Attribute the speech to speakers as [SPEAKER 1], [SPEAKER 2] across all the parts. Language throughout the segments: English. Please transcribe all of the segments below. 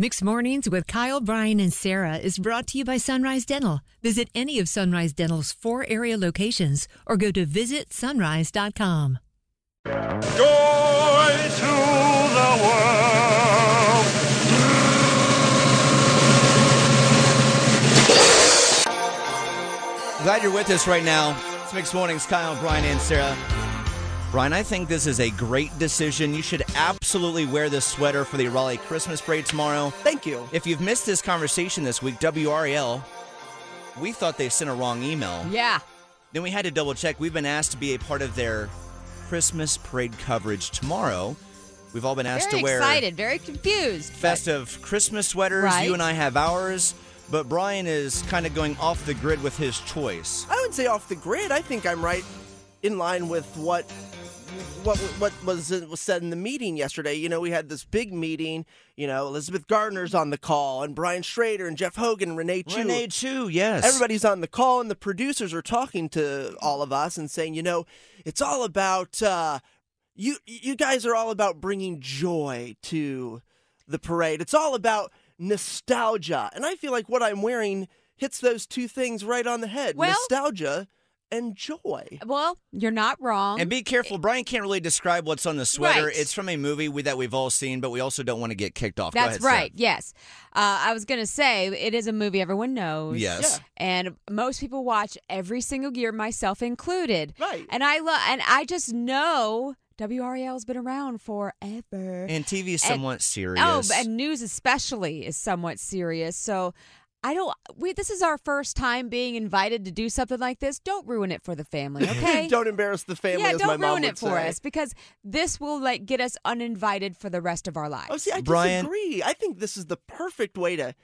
[SPEAKER 1] Mixed Mornings with Kyle, Brian, and Sarah is brought to you by Sunrise Dental. Visit any of Sunrise Dental's four area locations or go to visitsunrise.com.
[SPEAKER 2] Joy to the world.
[SPEAKER 3] Glad you're with us right now. It's Mixed Mornings, Kyle, Brian, and Sarah. Brian, I think this is a great decision. You should absolutely wear this sweater for the Raleigh Christmas parade tomorrow.
[SPEAKER 4] Thank you.
[SPEAKER 3] If you've missed this conversation this week, WREL, we thought they sent a wrong email.
[SPEAKER 5] Yeah.
[SPEAKER 3] Then we had to double check. We've been asked to be a part of their Christmas parade coverage tomorrow. We've all been asked
[SPEAKER 5] very
[SPEAKER 3] to wear
[SPEAKER 5] excited, very confused. but-
[SPEAKER 3] festive Christmas sweaters.
[SPEAKER 5] Right.
[SPEAKER 3] You and I have ours, but Brian is kind of going off the grid with his choice.
[SPEAKER 4] I would say off the grid. I think I'm right in line with what what what was was said in the meeting yesterday. You know, we had this big meeting. You know, Elizabeth Gardner's on the call, and Brian Schrader, and Jeff Hogan, and Renee Chu.
[SPEAKER 3] Renee Chu, yes.
[SPEAKER 4] Everybody's on the call, and the producers are talking to all of us and saying, you know, it's all about uh, you. You guys are all about bringing joy to the parade. It's all about nostalgia, and I feel like what I'm wearing hits those two things right on the head:
[SPEAKER 5] Well-
[SPEAKER 4] nostalgia and joy.
[SPEAKER 5] well, you're not wrong.
[SPEAKER 3] And be careful, Brian can't really describe what's on the sweater.
[SPEAKER 5] Right.
[SPEAKER 3] It's from a movie we, that we've all seen, but we also don't want to get kicked off. Go
[SPEAKER 5] That's
[SPEAKER 3] ahead, Sarah.
[SPEAKER 5] right. Yes. Uh, I was going to say it is a movie everyone knows.
[SPEAKER 3] Yes.
[SPEAKER 5] And most people watch every single year, myself included.
[SPEAKER 4] Right.
[SPEAKER 5] And I love and I just know WREL's been around forever.
[SPEAKER 3] And TV is somewhat serious.
[SPEAKER 5] Oh, and news especially is somewhat serious. So I don't. We this is our first time being invited to do something like this. Don't ruin it for the family, okay?
[SPEAKER 4] don't embarrass the family,
[SPEAKER 5] yeah,
[SPEAKER 4] as
[SPEAKER 5] don't
[SPEAKER 4] my mom
[SPEAKER 5] ruin
[SPEAKER 4] would
[SPEAKER 5] it for
[SPEAKER 4] say.
[SPEAKER 5] us because this will like get us uninvited for the rest of our lives.
[SPEAKER 4] Oh, see, I
[SPEAKER 3] Brian-
[SPEAKER 4] disagree. I think this is the perfect way to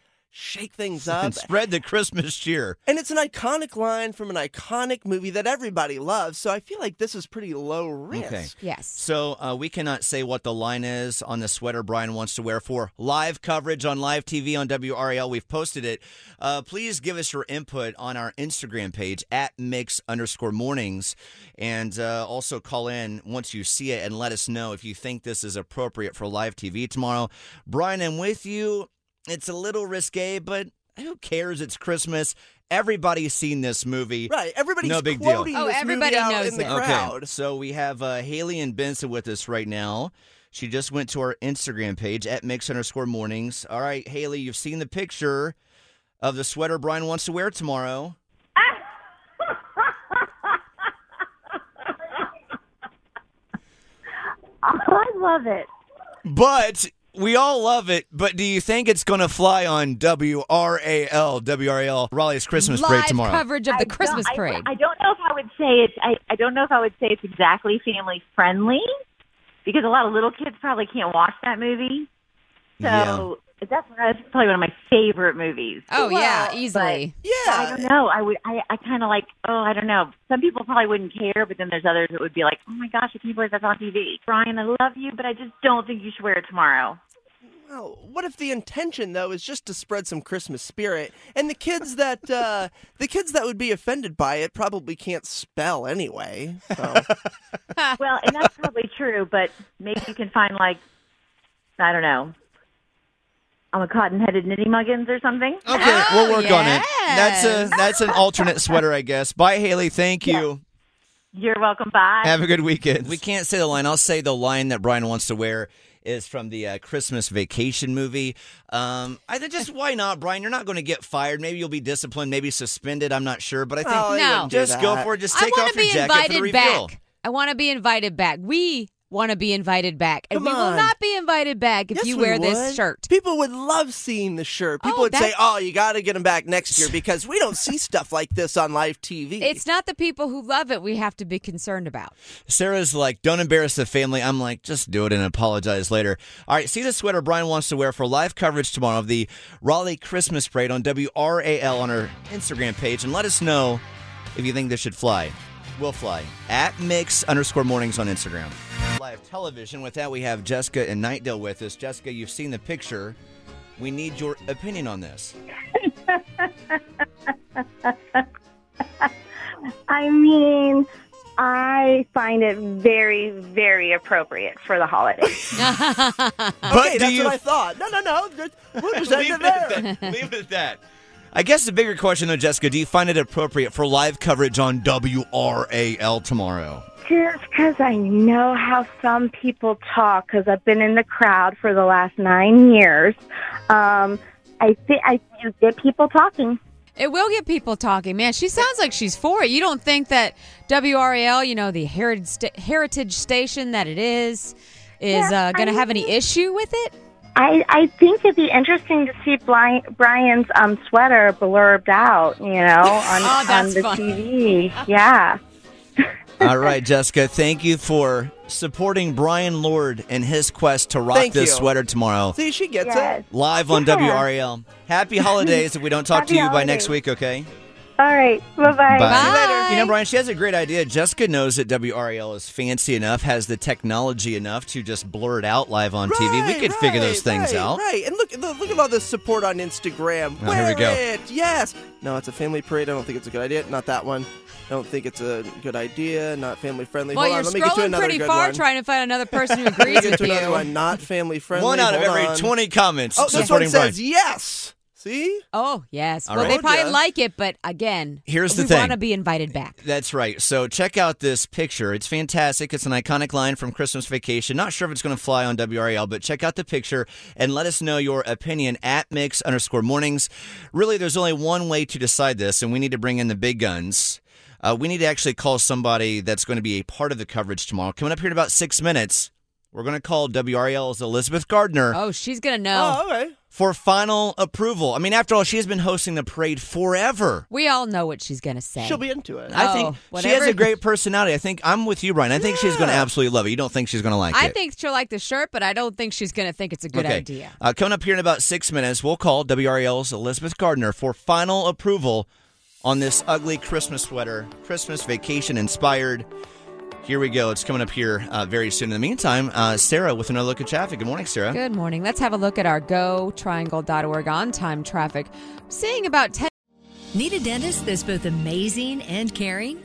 [SPEAKER 4] shake things up.
[SPEAKER 3] And spread the Christmas cheer.
[SPEAKER 4] And it's an iconic line from an iconic movie that everybody loves, so I feel like this is pretty low risk.
[SPEAKER 3] Okay.
[SPEAKER 5] Yes.
[SPEAKER 3] So uh, we cannot say what the line is on the sweater Brian wants to wear for live coverage on live TV on WRAL. We've posted it. Uh, please give us your input on our Instagram page at mix underscore mornings, and uh, also call in once you see it and let us know if you think this is appropriate for live TV tomorrow. Brian, I'm with you. It's a little risque, but who cares? It's Christmas. Everybody's seen this movie.
[SPEAKER 4] Right. Everybody's
[SPEAKER 3] No big deal.
[SPEAKER 4] quoting
[SPEAKER 5] Oh,
[SPEAKER 4] this
[SPEAKER 5] everybody
[SPEAKER 4] movie out
[SPEAKER 5] knows
[SPEAKER 4] in the
[SPEAKER 5] it.
[SPEAKER 3] Okay.
[SPEAKER 4] crowd.
[SPEAKER 3] So we have uh, Haley and Benson with us right now. She just went to our Instagram page at mix underscore mornings. All right, Haley, you've seen the picture of the sweater Brian wants to wear tomorrow.
[SPEAKER 6] I love it.
[SPEAKER 3] But we all love it. But do you think it's going to fly on WRAL, WRAL, Raleigh's Christmas
[SPEAKER 5] Live
[SPEAKER 3] parade tomorrow?
[SPEAKER 5] coverage of the
[SPEAKER 6] I
[SPEAKER 5] Christmas
[SPEAKER 6] don't- I-
[SPEAKER 5] parade.
[SPEAKER 6] I, don't know if I would say it's. I, I don't know if I would say it's exactly family friendly, because a lot of little kids probably can't watch that movie. So that's, one of- that's probably one of my favorite movies.
[SPEAKER 5] oh yeah,
[SPEAKER 4] Well,
[SPEAKER 5] easily.
[SPEAKER 6] I
[SPEAKER 4] Yeah.
[SPEAKER 6] don't know. I would. I, I kind of like. Oh, I don't know. Some people probably wouldn't care, but then there's others that would be like, "Oh my gosh, I can't believe that's on TV." Brian, I love you, but I just don't think you should wear it tomorrow.
[SPEAKER 4] Well, what if the intention though is just to spread some Christmas spirit, and the kids that uh, the kids that would be offended by it probably can't spell anyway. So. Oh,
[SPEAKER 6] well, and that's probably true, but maybe you can find like I don't know. I'm a cotton-headed knitty muggins or something.
[SPEAKER 3] Okay, we'll work on it. That's
[SPEAKER 5] yes.
[SPEAKER 3] a that's an alternate sweater, I guess. Bye, Haley. Thank you.
[SPEAKER 6] You're welcome. Bye.
[SPEAKER 3] Have a good weekend. We can't say the line. I'll say the line that Brian wants to wear is from the uh, Christmas Vacation movie. Um, I think just why not, Brian? You're not going to get fired. Maybe you'll be disciplined. Maybe suspended. I'm not sure, but I think
[SPEAKER 4] Oh, they
[SPEAKER 5] No.
[SPEAKER 4] wouldn't do
[SPEAKER 3] just go
[SPEAKER 4] that.
[SPEAKER 3] for it. Just
[SPEAKER 5] I
[SPEAKER 3] take
[SPEAKER 5] want
[SPEAKER 3] off
[SPEAKER 5] to
[SPEAKER 3] your
[SPEAKER 5] be
[SPEAKER 3] jacket for the
[SPEAKER 5] invited
[SPEAKER 3] reveal.
[SPEAKER 5] back. I want to be invited back. We want to be invited back, and
[SPEAKER 4] Come
[SPEAKER 5] we will
[SPEAKER 4] on.
[SPEAKER 5] not be invited back if
[SPEAKER 4] Yes,
[SPEAKER 5] you
[SPEAKER 4] we
[SPEAKER 5] wear this
[SPEAKER 4] would.
[SPEAKER 5] shirt.
[SPEAKER 4] People would love seeing the shirt. People
[SPEAKER 5] Oh,
[SPEAKER 4] would say,
[SPEAKER 5] that's-
[SPEAKER 4] "Oh, you got to get them back next year because we don't see stuff like this on live TV."
[SPEAKER 5] It's not the people who love it we have to be concerned about.
[SPEAKER 3] Sarah's like, don't embarrass the family. I'm like, just do it and apologize later. All right, see the sweater Brian wants to wear for live coverage tomorrow of the Raleigh Christmas Parade on WRAL on our Instagram page and let us know if you think this should fly. We'll fly at mix underscore mornings on Instagram. Live television. With that, we have Jessica and Nightdale with us. Jessica, you've seen the picture. We need your opinion on this.
[SPEAKER 7] I mean,
[SPEAKER 6] I find it very, very appropriate for the holidays.
[SPEAKER 3] But
[SPEAKER 4] okay,
[SPEAKER 3] do
[SPEAKER 4] that's
[SPEAKER 3] you-
[SPEAKER 4] what I thought. No, no, no. just- We'll just end
[SPEAKER 3] Leave
[SPEAKER 4] it
[SPEAKER 3] it at
[SPEAKER 4] there.
[SPEAKER 3] that. Leave it at that. I guess the bigger question, though, Jessica, do you find it appropriate for live coverage on WRAL tomorrow?
[SPEAKER 6] Just 'cause I know how some people talk, 'cause I've been in the crowd for the last nine years, um, I think I you get people talking.
[SPEAKER 8] It will get people talking. Man, she sounds like she's for it. You don't think that WRAL, you know, the heritage, sta- heritage station that it is, is
[SPEAKER 6] Yeah,
[SPEAKER 8] uh, going to
[SPEAKER 6] I
[SPEAKER 8] have any issue with it?
[SPEAKER 6] I, I think it'd be interesting to see Bli- Brian's um, sweater blurbed out, you know, on,
[SPEAKER 8] Oh,
[SPEAKER 6] on
[SPEAKER 8] that's
[SPEAKER 6] the
[SPEAKER 8] fun.
[SPEAKER 6] TV. Yeah.
[SPEAKER 3] All right, Jessica, thank you for supporting Brian Lord in his quest to rock
[SPEAKER 4] Thank
[SPEAKER 3] this
[SPEAKER 4] you.
[SPEAKER 3] sweater tomorrow.
[SPEAKER 4] See, she gets
[SPEAKER 6] Yes.
[SPEAKER 4] it.
[SPEAKER 3] Live on
[SPEAKER 6] Yeah.
[SPEAKER 3] WRAL. Happy holidays if we don't talk to
[SPEAKER 6] Happy
[SPEAKER 3] you by next
[SPEAKER 6] holidays.
[SPEAKER 3] week, okay?
[SPEAKER 6] All right. Bye-bye.
[SPEAKER 8] See you later.
[SPEAKER 3] You know, Brian, she has a great idea. Jessica knows that WRAL is fancy enough, has the technology enough to just blur it out live on TV. We
[SPEAKER 4] Right,
[SPEAKER 3] could figure
[SPEAKER 4] right,
[SPEAKER 3] those things
[SPEAKER 4] right,
[SPEAKER 3] out.
[SPEAKER 4] Right. And look, look, look at all this support on Instagram.
[SPEAKER 3] Oh,
[SPEAKER 4] Wear
[SPEAKER 3] here we go.
[SPEAKER 4] it. Yes. No, it's a family parade. I don't think it's a good idea. Not that one. I don't think it's a good idea. Not family friendly.
[SPEAKER 8] Well,
[SPEAKER 4] Hold
[SPEAKER 8] you're
[SPEAKER 4] on. Let me get to
[SPEAKER 8] scrolling
[SPEAKER 4] another
[SPEAKER 8] pretty
[SPEAKER 4] good
[SPEAKER 8] far
[SPEAKER 4] one.
[SPEAKER 8] trying to find another person who
[SPEAKER 4] Let me
[SPEAKER 8] agrees
[SPEAKER 4] get
[SPEAKER 8] with
[SPEAKER 4] to another
[SPEAKER 8] you.
[SPEAKER 4] one. Not family friendly.
[SPEAKER 3] One out of
[SPEAKER 4] Hold
[SPEAKER 3] every
[SPEAKER 4] on.
[SPEAKER 3] 20 comments
[SPEAKER 4] Oh, this one
[SPEAKER 3] supporting Brian.
[SPEAKER 4] says yes. See?
[SPEAKER 8] Oh, yes.
[SPEAKER 3] All
[SPEAKER 8] well,
[SPEAKER 3] right.
[SPEAKER 8] they probably
[SPEAKER 4] Georgia.
[SPEAKER 8] like it, but again,
[SPEAKER 3] Here's the
[SPEAKER 8] we
[SPEAKER 3] thing.
[SPEAKER 8] want to be invited back.
[SPEAKER 3] That's right. So check out this picture. It's fantastic. It's an iconic line from Christmas Vacation. Not sure if it's going to fly on WRAL, but check out the picture and let us know your opinion at mix underscore mornings. Really, there's only one way to decide this, and we need to bring in the big guns. Uh, we need to actually call somebody that's going to be a part of the coverage tomorrow. Coming up here in about six minutes, we're going to call WRAL's Elizabeth Gardner
[SPEAKER 8] Oh, she's going to know.
[SPEAKER 4] Oh, all right.
[SPEAKER 3] for final approval. I mean, after all, she has been hosting the parade forever.
[SPEAKER 8] We all know what she's going to say.
[SPEAKER 4] She'll be into it.
[SPEAKER 3] I
[SPEAKER 8] Oh,
[SPEAKER 3] think she has
[SPEAKER 8] whatever.
[SPEAKER 3] a great personality. I think I'm with you, Brian. I think she's going to absolutely love it. You don't think she's going to like
[SPEAKER 8] I
[SPEAKER 3] it?
[SPEAKER 8] think she'll like the shirt, but I don't think she's going to think it's a good
[SPEAKER 3] okay.
[SPEAKER 8] idea.
[SPEAKER 3] Uh, coming up here in about six minutes, we'll call WRL's Elizabeth Gardner for final approval on this ugly Christmas sweater, Christmas vacation inspired. Here we go. It's coming up here uh, very soon. In the meantime, uh, Sarah with another look at traffic. Good morning, Sarah.
[SPEAKER 8] Good morning. Let's have a look at our gotriangle.org on time traffic. Seeing about 10
[SPEAKER 5] Need a dentist that's both amazing and caring?